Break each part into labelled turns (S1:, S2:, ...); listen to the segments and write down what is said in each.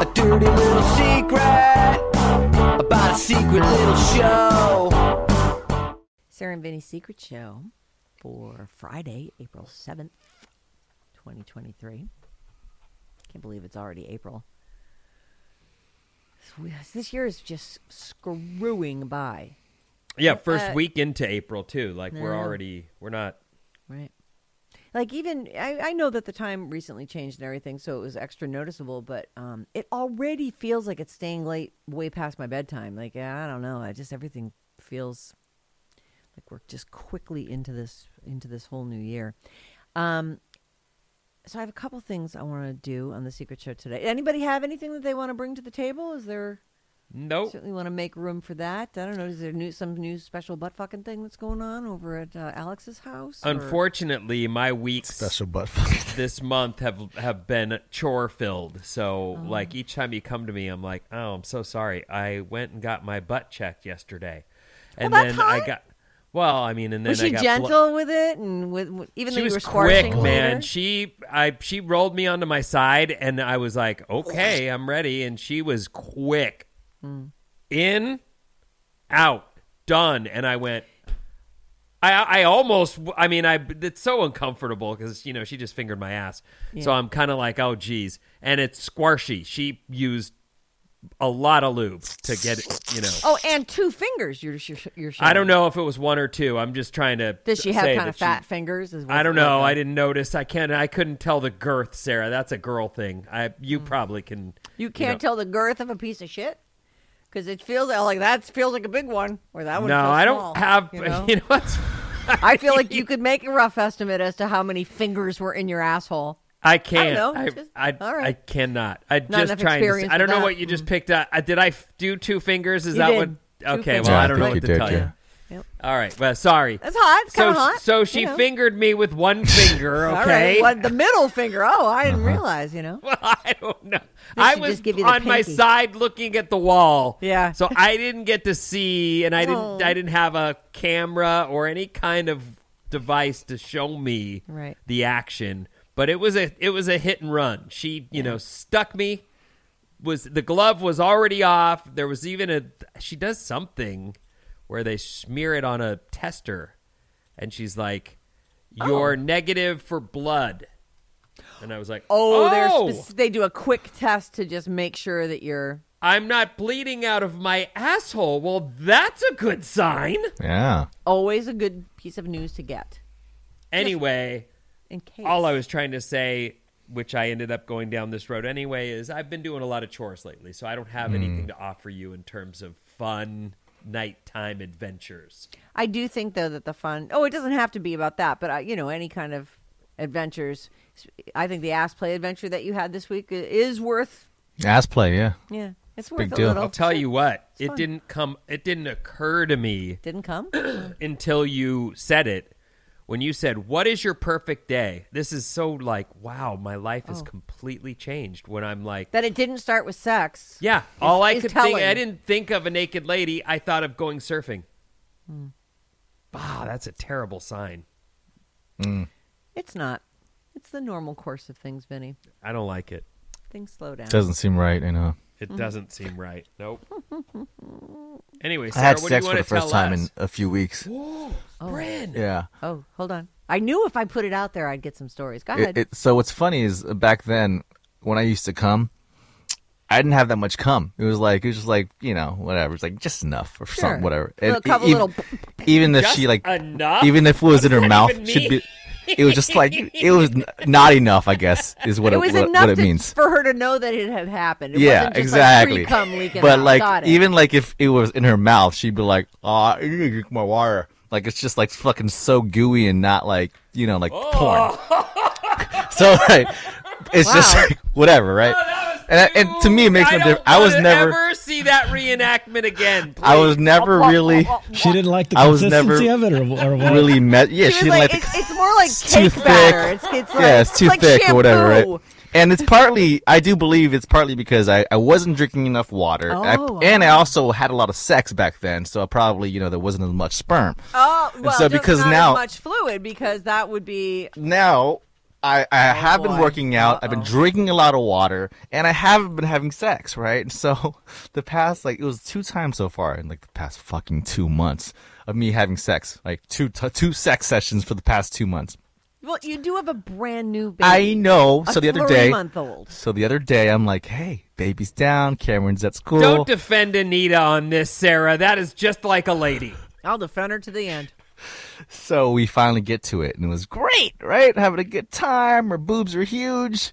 S1: a dirty little secret about a secret little show.
S2: Sarah and Vinny's Secret Show for Friday, April 7th, 2023. Can't believe it's already April. This- This year is just screwing by.
S3: Yeah, first
S2: uh,
S3: week into April too. Like we're
S2: No.
S3: already we're not.
S2: Right. Like, even, I, I know that the time recently changed and everything, so it was extra noticeable, but um, it already feels like it's staying late way past my bedtime. Like, I don't know. I just, everything feels like we're just quickly into this into this whole new year. Um, so I have a couple things I want to do on the secret show today. Anybody have anything that they want to bring to the table? Is there
S3: Nope.
S2: certainly want to make room for that? I don't know. Is there new some new special butt fucking thing that's going on over at uh, Alex's house? or-
S3: Unfortunately, my weeks
S4: Special butt.
S3: this month have have been chore filled. So
S2: Oh.
S3: like each time you come to me, I'm like, oh, I'm so sorry. I went and got my butt checked yesterday, and
S2: that's
S3: then I
S2: hot.
S3: got. Well, I mean, and then
S2: was
S3: I
S2: she
S3: got blo-
S2: gentle with it and with, with- even though
S3: she
S2: you were
S3: was
S2: squashing later?
S3: quick, man. She I she rolled me onto my side, and I was like, okay, I'm ready. And she was quick,
S2: Hmm.
S3: in, out, done. And I went. I, I almost I mean I it's so uncomfortable because you know she just fingered my ass so I'm kind of like oh geez and it's squashy she used a lot of lube to get it you know
S2: oh, and two fingers. You're you're, you're showing.
S3: I don't know if it was one or two I'm just trying to
S2: Does she have
S3: say
S2: kind
S3: that
S2: of fat fingers? Is
S3: I don't know. I didn't notice. I can't. I couldn't tell the girth, Sarah. That's a girl thing. I you probably can.
S2: Hmm. You can't
S3: know.
S2: tell the girth of a piece of shit because it feels like that feels like a big one, or that one.
S3: no,
S2: feels
S3: I don't
S2: small,
S3: have.
S2: You know?
S3: what's?
S2: I feel like you could make a rough estimate as to how many fingers were in your asshole.
S3: I can't.
S2: know.
S3: I
S2: Just-
S3: I,
S2: all right.
S3: I cannot. I
S2: Not
S3: just
S2: enough
S3: trying. To, s-
S2: experience
S3: I
S2: with
S3: don't know
S2: that. Hmm.
S3: what you just picked up. I, did I f- do two fingers? Is
S2: You
S3: that
S2: did.
S3: what?
S2: Two
S3: Okay.
S2: fingers.
S3: Well,
S2: Yeah, I
S3: I don't
S2: think
S3: know
S2: you
S3: what to
S4: did,
S3: tell
S4: yeah.
S3: you.
S2: Yep.
S3: All right. Well, sorry.
S2: That's hot. It's
S3: so
S2: kind of hot.
S3: so she
S2: you know.
S3: fingered me with one finger. Okay. Uh-huh. Oh.
S2: All right, well, the middle finger. Oh, I didn't realize. You know.
S3: Well, I don't know. I
S2: should
S3: was
S2: just give you the
S3: on my
S2: pinky.
S3: side looking at the wall.
S2: Yeah.
S3: So I didn't get to see and I didn't
S2: Oh.
S3: I didn't have a camera or any kind of device to show me
S2: Right.
S3: the action. But it was a it was a hit and run. She, you know, stuck me. Was the glove was already off. There was even a she does something where they smear it on a tester and she's like you're negative for blood. And I was like,
S2: Oh,
S3: oh
S2: they're spec- they do a quick test to just make sure that you're.
S3: I'm not bleeding out of my asshole. Well, that's a good sign.
S4: Yeah.
S2: Always a good piece of news to get.
S3: Anyway,
S2: In case.
S3: all I was trying to say, which I ended up going down this road anyway, is I've been doing a lot of chores lately, so I don't have anything to offer you in terms of fun nighttime adventures.
S2: I do think though that the fun. Oh, it doesn't have to be about that, but I, you know, any kind of adventures. I think the ass play adventure that you had this week i- is worth.
S4: Ass play, yeah.
S2: Yeah, it's worth
S4: Big
S2: a
S4: deal.
S2: little.
S3: I'll tell you what, it
S2: fun.
S3: didn't come it didn't occur to me
S2: Didn't come.
S3: until you said it. When you said, "What is your perfect day?" This is so like, wow, my life has completely changed when I'm like
S2: that it didn't start with sex.
S3: Yeah, all I
S2: is
S3: could think
S2: telling.
S3: I didn't think of a naked lady. I thought of going surfing.
S2: Hmm.
S3: Wow, that's a terrible sign.
S2: It's not. It's the normal course of things, Vinny.
S3: I don't like it.
S2: Things slow down.
S4: Doesn't seem right, you know.
S3: It
S2: Mm.
S3: doesn't seem right. Nope. anyway,
S4: I
S3: Sarah,
S4: had
S3: what
S4: sex
S3: do
S4: for the
S3: you want to tell
S4: first time
S3: us?
S4: in a few weeks.
S3: Bryn,
S4: Yeah.
S2: Oh, hold on. I knew if I put it out there, I'd get some stories. Go ahead.
S4: It, it, so what's funny is uh, back then when I used to come, I didn't have that much cum. It was like it was just like you know whatever. It's like just enough or
S2: Sure.
S4: something whatever.
S2: A little
S4: And e
S2: couple
S4: even,
S2: little-
S4: even if
S3: Just
S4: she like
S3: enough?
S4: even if it was in her mouth
S3: even
S4: should
S3: mean?
S4: be. It was just like it was n- not enough. I guess is what
S2: It
S4: it,
S2: was
S4: what,
S2: enough
S4: what it
S2: to-
S4: means.
S2: for her to know that it had happened. It
S4: yeah,
S2: wasn't just
S4: exactly.
S2: Like free cum leaking
S4: but
S2: out.
S4: like
S2: Got it.
S4: even like if it was in her mouth, she'd be like, "Ah, oh, drink my water." Like it's just like fucking so gooey and not like you know like
S3: Oh.
S4: porn. so like it's just
S2: Wow.
S4: like, whatever, right?
S3: Oh,
S4: and, I- and to me, it makes
S3: I
S4: no
S3: don't
S4: difference. I was
S3: wanna
S4: never,
S3: ever see that reenactment again.
S4: I was never really,
S5: She didn't like the
S4: I was
S5: consistency
S4: never
S5: of it, or, or what?
S4: really met. Yeah, she,
S2: she was
S4: didn't
S2: like,
S4: like. the-
S2: it's, it's more like
S4: it's too
S2: cake
S4: thick.
S2: batter. It's, it's like,
S4: yeah, it's too
S2: like
S4: thick or whatever,
S2: shampoo.
S4: right? And it's partly, I do believe it's partly because I, I wasn't drinking enough water. I-
S2: Oh,
S4: and I also had a lot of sex back then, so I probably, you know, there wasn't as much sperm.
S2: Oh, well,
S4: so
S2: don't-
S4: because
S2: not as
S4: now-
S2: much fluid because that would be
S4: Now, I, I have
S2: Oh, boy.
S4: been working out, I've been drinking a lot of water, and I haven't been having sex, right? So the past, like, it was two times so far in like the past fucking two months of me having sex, like two, t- two sex sessions for the past two months.
S2: well, you do have a brand new baby.
S4: I know.
S2: A
S4: so the other
S2: three
S4: day,
S2: month old.
S4: So the other day, I'm like, hey, baby's down. Cameron's at school.
S3: Don't defend Anita on this, Sarah. That is just like a lady.
S2: I'll defend her to the end.
S4: so we finally get to it, and it was great, right? Having a good time. Her boobs are huge.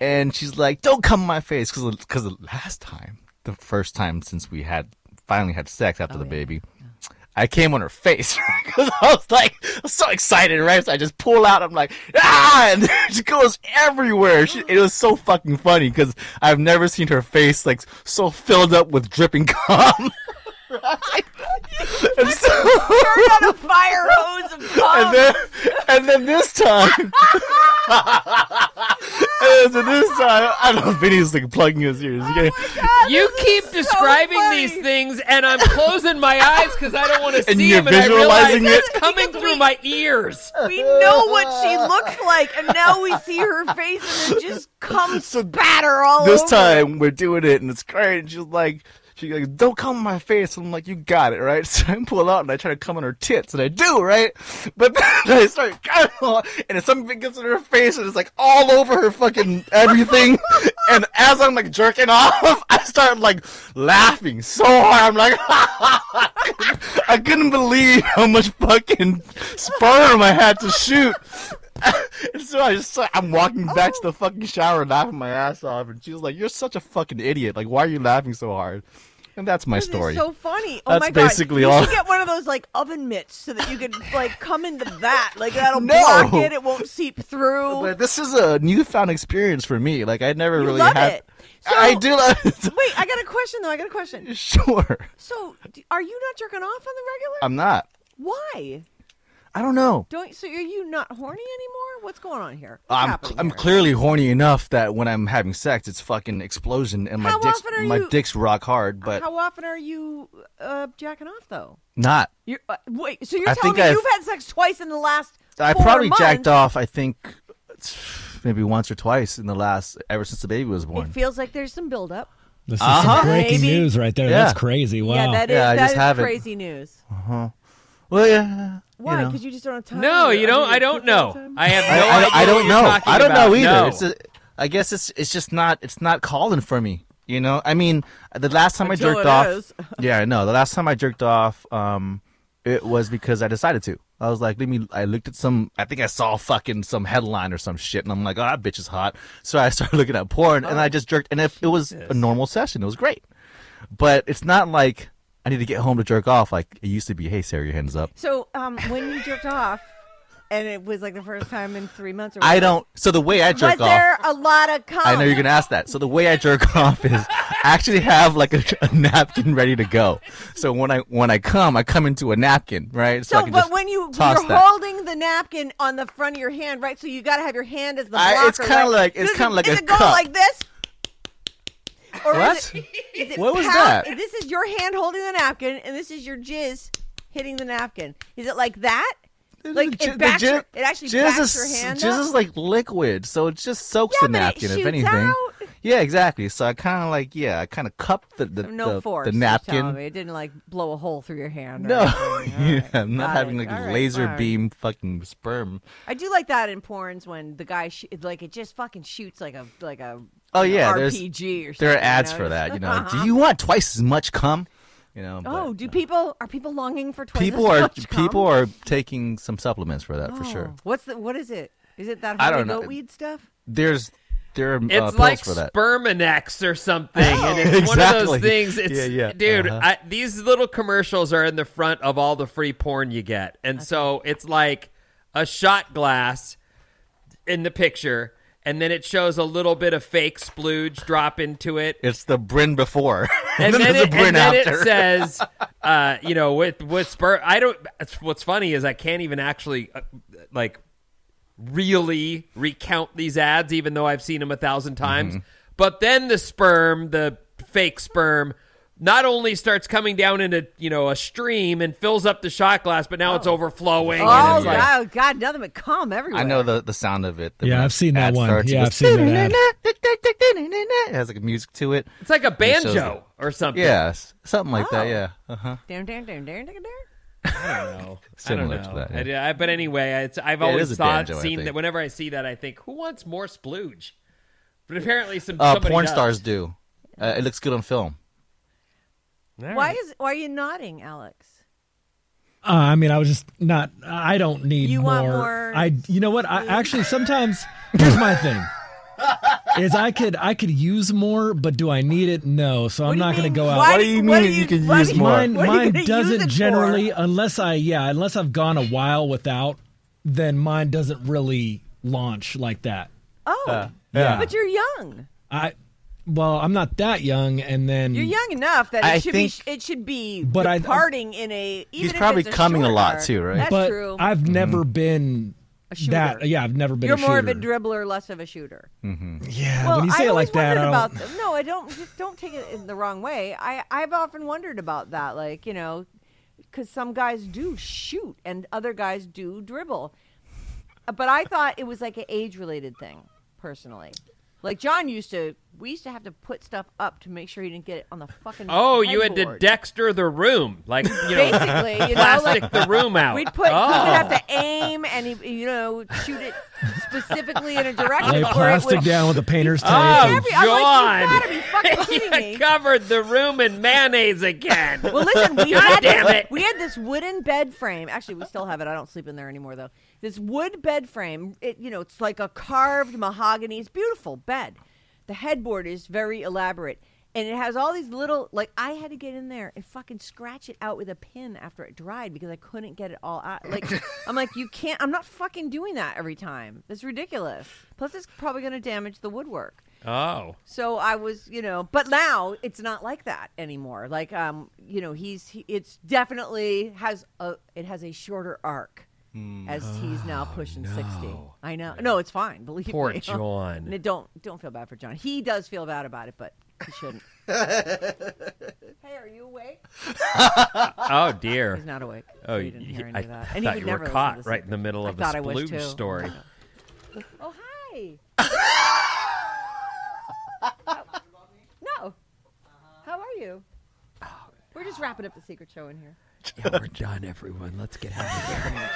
S4: And she's like, don't come in my face. Because the last time, the first time since we had finally had sex after the baby, I came on her face because I was like I was so excited, right? So I just pull out. I'm like, ah, and she goes everywhere. She, it was so fucking funny because I've never seen her face like so filled up with dripping cum. and, so,
S2: Turned on a fire hose of cum.
S4: and then and then this time. and then this time, I don't know if Vinny's like plugging his ears. okay?
S3: You keep describing
S2: funny.
S3: these things, and I'm closing my eyes because I don't want to
S4: And
S3: see
S4: you're
S3: them. And I realize
S4: visualizing
S3: it's
S4: it?
S3: coming
S2: Because
S3: through
S2: we-
S3: my ears.
S2: we know what she looks like, and now we see her face, and it just comes spatter all
S4: this
S2: over.
S4: time we're doing it and it's great. And she's like, she like, don't come in my face. I'm like, you got it, right? So I pull out and I try to come on her tits, and I do, right? But then I start coming on, and then something gets in her face, and it's like all over her fucking everything. and as I'm like jerking off, I start like laughing so hard. I'm like, I couldn't believe how much fucking sperm I had to shoot. And so I just, I'm walking back
S2: Oh.
S4: to the fucking shower, laughing my ass off, and she's like, "You're such a fucking idiot! Like, why are you laughing so hard?" And that's my
S2: This
S4: story.
S2: is so funny. Oh
S4: That's
S2: my god!
S4: basically
S2: you
S4: all-
S2: should get one of those like oven mitts so that you could like come into that. Like that'll
S4: No.
S2: block it. It won't seep through.
S4: but this is a newfound experience for me. Like, I never
S2: You
S4: really
S2: love
S4: had.
S2: it. So-
S4: I do love it.
S2: Wait, I got a question though. I got a question.
S4: sure,
S2: So, d- are you not jerking off on the regular?
S4: I'm not.
S2: Why?
S4: I don't know.
S2: Don't so are you not horny anymore? What's going on here? What's
S4: I'm
S2: happening
S4: I'm
S2: here?
S4: clearly horny enough that when I'm having sex, it's fucking explosion, and my
S2: How
S4: dick's
S2: often are
S4: my
S2: you-
S4: dick's rock hard, but
S2: How often are you uh, jacking off though?
S4: not.
S2: You're, uh, wait, so you're
S4: I
S2: telling
S4: think
S2: me
S4: I've-
S2: you've had sex twice in the last?
S4: I
S2: four
S4: probably jacked
S2: months?
S4: off. I think maybe once or twice in the last ever since the baby was born.
S2: It feels like there's some buildup.
S5: This is
S4: Uh-huh.
S5: some breaking
S2: Maybe.
S5: news right there.
S4: Yeah.
S5: That's crazy. Wow.
S2: Yeah, that is
S4: Yeah, I
S2: that
S4: just
S2: is
S4: haven't.
S2: crazy news.
S4: Well, yeah.
S2: Why?
S4: know.
S2: Because you, just don't have time.
S3: No, you don't.
S2: mean,
S3: I don't know.
S2: time.
S3: I have
S4: I,
S3: no idea.
S4: I, I
S3: what
S4: don't
S3: you're
S4: know.
S3: talking
S4: I don't know
S3: about.
S4: either.
S3: No.
S4: It's a, I guess it's it's just not it's not calling for me. You know. I mean, the last time
S2: Until
S4: I jerked
S2: it
S4: off.
S2: is.
S4: yeah, I know. The last time I jerked off, um, it was because I decided to. I was like, let me. I looked at some. I think I saw fucking some headline or some shit, and I'm like, oh, that bitch is hot. So I started looking at porn,
S2: Oh.
S4: and I just jerked. And if it was a normal session, it was great. But it's not like I need to get home to jerk off. Like it used to be. Hey, Sarah, your hands up.
S2: So, um, when you jerked off, and it was like the first time in three months. Or
S4: I
S2: whatever,
S4: don't. So the way I jerk
S2: Was
S4: off.
S2: there a lot of cum?
S4: I know you're gonna ask that. So the way I jerk off is I actually have like a, a napkin ready to go. So when I when I come, I come into a napkin, right?
S2: So,
S4: I can
S2: but
S4: just
S2: when you
S4: toss
S2: you're
S4: that.
S2: holding the napkin on the front of your hand, right? So you got to have your hand as the blocker.
S4: I- it's kinda
S2: right?
S4: like- it's
S2: Does it-
S4: kinda like
S2: is
S4: a
S2: it going
S4: cup.
S2: like this? Or is
S4: What?
S2: it, is it
S4: What was
S2: pound-
S4: that?
S2: This is your hand holding the napkin, and this is your jizz hitting the napkin. Is it like that? Like
S4: The ji-
S2: it backs
S4: the ji-
S2: your, it actually
S4: jizz
S2: backs
S4: is,
S2: your hand
S4: jizz
S2: up?
S4: is like liquid, so it just soaks
S2: Yeah,
S4: the
S2: but it
S4: napkin.
S2: shoots
S4: if anything,
S2: out.
S4: yeah, exactly. So I kind of like yeah, I kind of cup the the,
S2: no
S4: the,
S2: force.
S4: the
S2: you're telling
S4: napkin.
S2: me. It didn't like blow a hole through your hand. or
S4: No,
S2: anything. All
S4: yeah,
S2: right.
S4: I'm not
S2: Got
S4: having
S2: it.
S4: like
S2: All
S4: a
S2: right,
S4: laser
S2: fine.
S4: beam fucking sperm.
S2: I do like that in porns when the guy sh- like it just fucking shoots like a like a
S4: Oh yeah, there's
S2: RPG or something.
S4: there are ads
S2: you know,
S4: for that.
S2: just-
S4: You know, do you want twice as much cum? You know.
S2: Oh,
S4: but uh,
S2: do people are people longing for twice
S4: people
S2: as
S4: are
S2: much cum?
S4: people are taking some supplements for that for sure.
S2: Oh, What's the what is it? Is it that
S4: I
S2: holy
S4: don't know.
S2: goat weed stuff?
S4: There's there are uh,
S3: It's
S4: pills
S3: like
S4: for that.
S3: Spermanex or something, and it's one of
S4: Exactly.
S3: those things. It's,
S4: Yeah, yeah.
S3: dude,
S4: Uh-huh.
S3: I, these little commercials are in the front of all the free porn you get, and so it's like a shot glass in the picture, and then it shows a little bit of fake splooge drop into it,
S4: It's the Bryn before,
S3: and then,
S4: there's
S3: it,
S4: the Bryn
S3: and then it
S4: after.
S3: says, uh, you know, with with spur. I don't. it's- What's funny is I can't even actually uh, like really recount these ads, even though I've seen them a thousand times.
S4: Mm-hmm.
S3: But then the sperm, the fake sperm. Not only starts coming down into you know a stream and fills up the shot glass, but now it's overflowing. and
S2: Oh
S3: it's like,
S2: wow, God, nothing but cum everywhere.
S4: I know the, the sound of it.
S5: Yeah,
S4: when
S5: I've seen that
S4: ad
S5: one.
S4: starts, it
S5: Yeah,
S4: goes,
S5: I've seen that ad.
S4: It has like music to it.
S3: it's like a
S4: shows
S3: banjo or something.
S4: Yes, something like that.
S2: Oh.
S4: Yeah. Uh-huh.
S2: Down, down, down, down, down, down.
S3: know.
S4: Similar
S3: I don't
S4: to
S3: know.
S4: that,
S3: I d- I- but anyway, it's, I've
S4: Yeah, it
S3: always
S4: is a
S3: thought,
S4: banjo, I
S3: seen
S4: think.
S3: that whenever I see that, I think, who wants more splooge? But apparently, some
S4: Uh,
S3: somebody
S4: porn
S3: does.
S4: stars do. Uh, it looks good on film.
S2: Why is why are you nodding, Alex?
S5: Uh, I mean, I was just not. I don't need
S2: You
S5: more.
S2: want more
S5: I. You know what? I actually sometimes. Here's my thing. Is I could I could use more, but do I need it? No. So
S2: What
S5: I'm
S2: do you
S5: not going
S2: mean?
S5: to go out.
S2: Why
S4: What do you
S2: why
S4: mean you can
S2: why
S4: use
S2: do
S4: more?
S5: Mine,
S2: what are you
S5: mine
S2: gonna use it
S5: doesn't
S2: for?
S5: generally, uh, unless I, yeah, unless I've gone a while without, then mine doesn't really launch like that.
S2: Oh,
S5: yeah.
S2: but you're young.
S5: I, well, I'm not that young, and then
S2: You're young enough that it
S4: I
S2: should
S4: think-
S2: be it should be
S5: Mm. But I- uh,
S2: departing in a. Even if
S4: probably
S2: it's a
S4: coming a
S2: short
S4: lot,
S2: arc.
S4: too, right?
S2: That's
S5: but
S2: true.
S5: I've never been
S2: shooter.
S5: that. Yeah, I've never been.
S2: you're
S5: a
S2: more of a
S5: shooter.
S2: dribbler, less of a shooter.
S5: Yeah,
S2: Well,
S5: when you say
S2: I
S5: it
S2: always
S5: like that,
S2: wondered
S5: I
S2: about
S5: don't.
S2: th- no, I don't. Just don't take it in the wrong way. I I've often wondered about that, like you know, because some guys do shoot and other guys do dribble, Uh, but I thought it was like an age related thing, personally. Like John used to, we used to have to put stuff up to make sure he didn't get it on the fucking.
S3: Oh, you had to
S2: headboard.
S3: Dexter the room, like you know,
S2: Basically, you know,
S3: plastic
S2: like
S3: the room out.
S2: We'd put,
S3: Oh.
S2: he would have to aim and, he, you know, shoot it specifically in a direction.
S5: Lay
S2: where it
S5: plastic
S2: would-
S5: down with a painter's tape.
S3: Oh,
S5: and-
S2: Oh, Every- I'm like,
S3: God.
S2: you gotta be fucking kidding
S3: I
S2: me.
S3: covered the room in mayonnaise again.
S2: Well, listen, we
S3: God
S2: had
S3: damn
S2: this,
S3: it.
S2: we had this wooden bed frame. Actually, we still have it. I don't sleep in there anymore though. This wood bed frame, it you know, it's like a carved mahogany. It's beautiful bed. The headboard is very elaborate. And it has all these little like I had to get in there and fucking scratch it out with a pin after it dried because I couldn't get it all out. Like I'm like you can't I'm not fucking doing that every time. It's ridiculous. Plus it's probably going to damage the woodwork.
S3: oh,
S2: So I was, you know, but now it's not like that anymore. Like, um, you know, he's he, it's definitely has a it has a shorter arc
S3: Hmm.
S2: as he's now pushing sixty. I know. No, it's fine. Believe
S3: Oh, Poor
S2: me.
S3: John.
S2: No, don't don't feel bad for John. He does feel bad about it, but he shouldn't. hey, are you awake?
S3: oh dear.
S2: He's not awake. so
S3: oh,
S2: you didn't hear
S3: y-
S2: any
S3: I
S2: of that.
S3: thought
S2: he would
S3: you were
S2: never listen to
S3: caught
S2: this.
S3: right in the middle
S2: I
S3: of a
S2: thought I was, too.
S3: splooge story.
S2: Oh hi.
S5: Uh-huh.
S2: no. How are you?
S5: Oh,
S2: We're just wrapping up the secret show in here.
S3: yeah, we're done, everyone. Let's get out of here.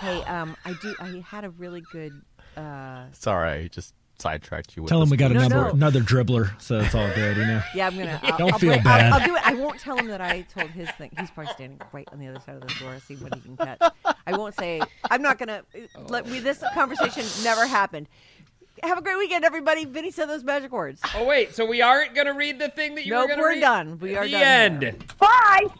S2: Hey, um, I do. I had a really good. Uh,
S4: Sorry, I just sidetracked you. With
S5: Tell him
S4: this.
S5: we got
S2: No,
S5: another
S2: no.
S5: another dribbler, so it's all good, you know.
S2: yeah, I'm gonna. I'll,
S5: Don't
S2: I'll
S5: feel
S2: break- I'll,
S5: bad.
S2: I'll do it. I won't tell him that I told his thing. He's probably standing right on the other side of the door, see what he can catch. I won't say. I'm not gonna. Let we. This conversation never happened. Have a great weekend, everybody. Vinny said those magic words.
S3: Oh wait, so we aren't gonna read the thing that you
S2: Nope,
S3: were gonna
S2: we're
S3: read.
S2: done. We are
S3: the
S2: done here.
S3: end.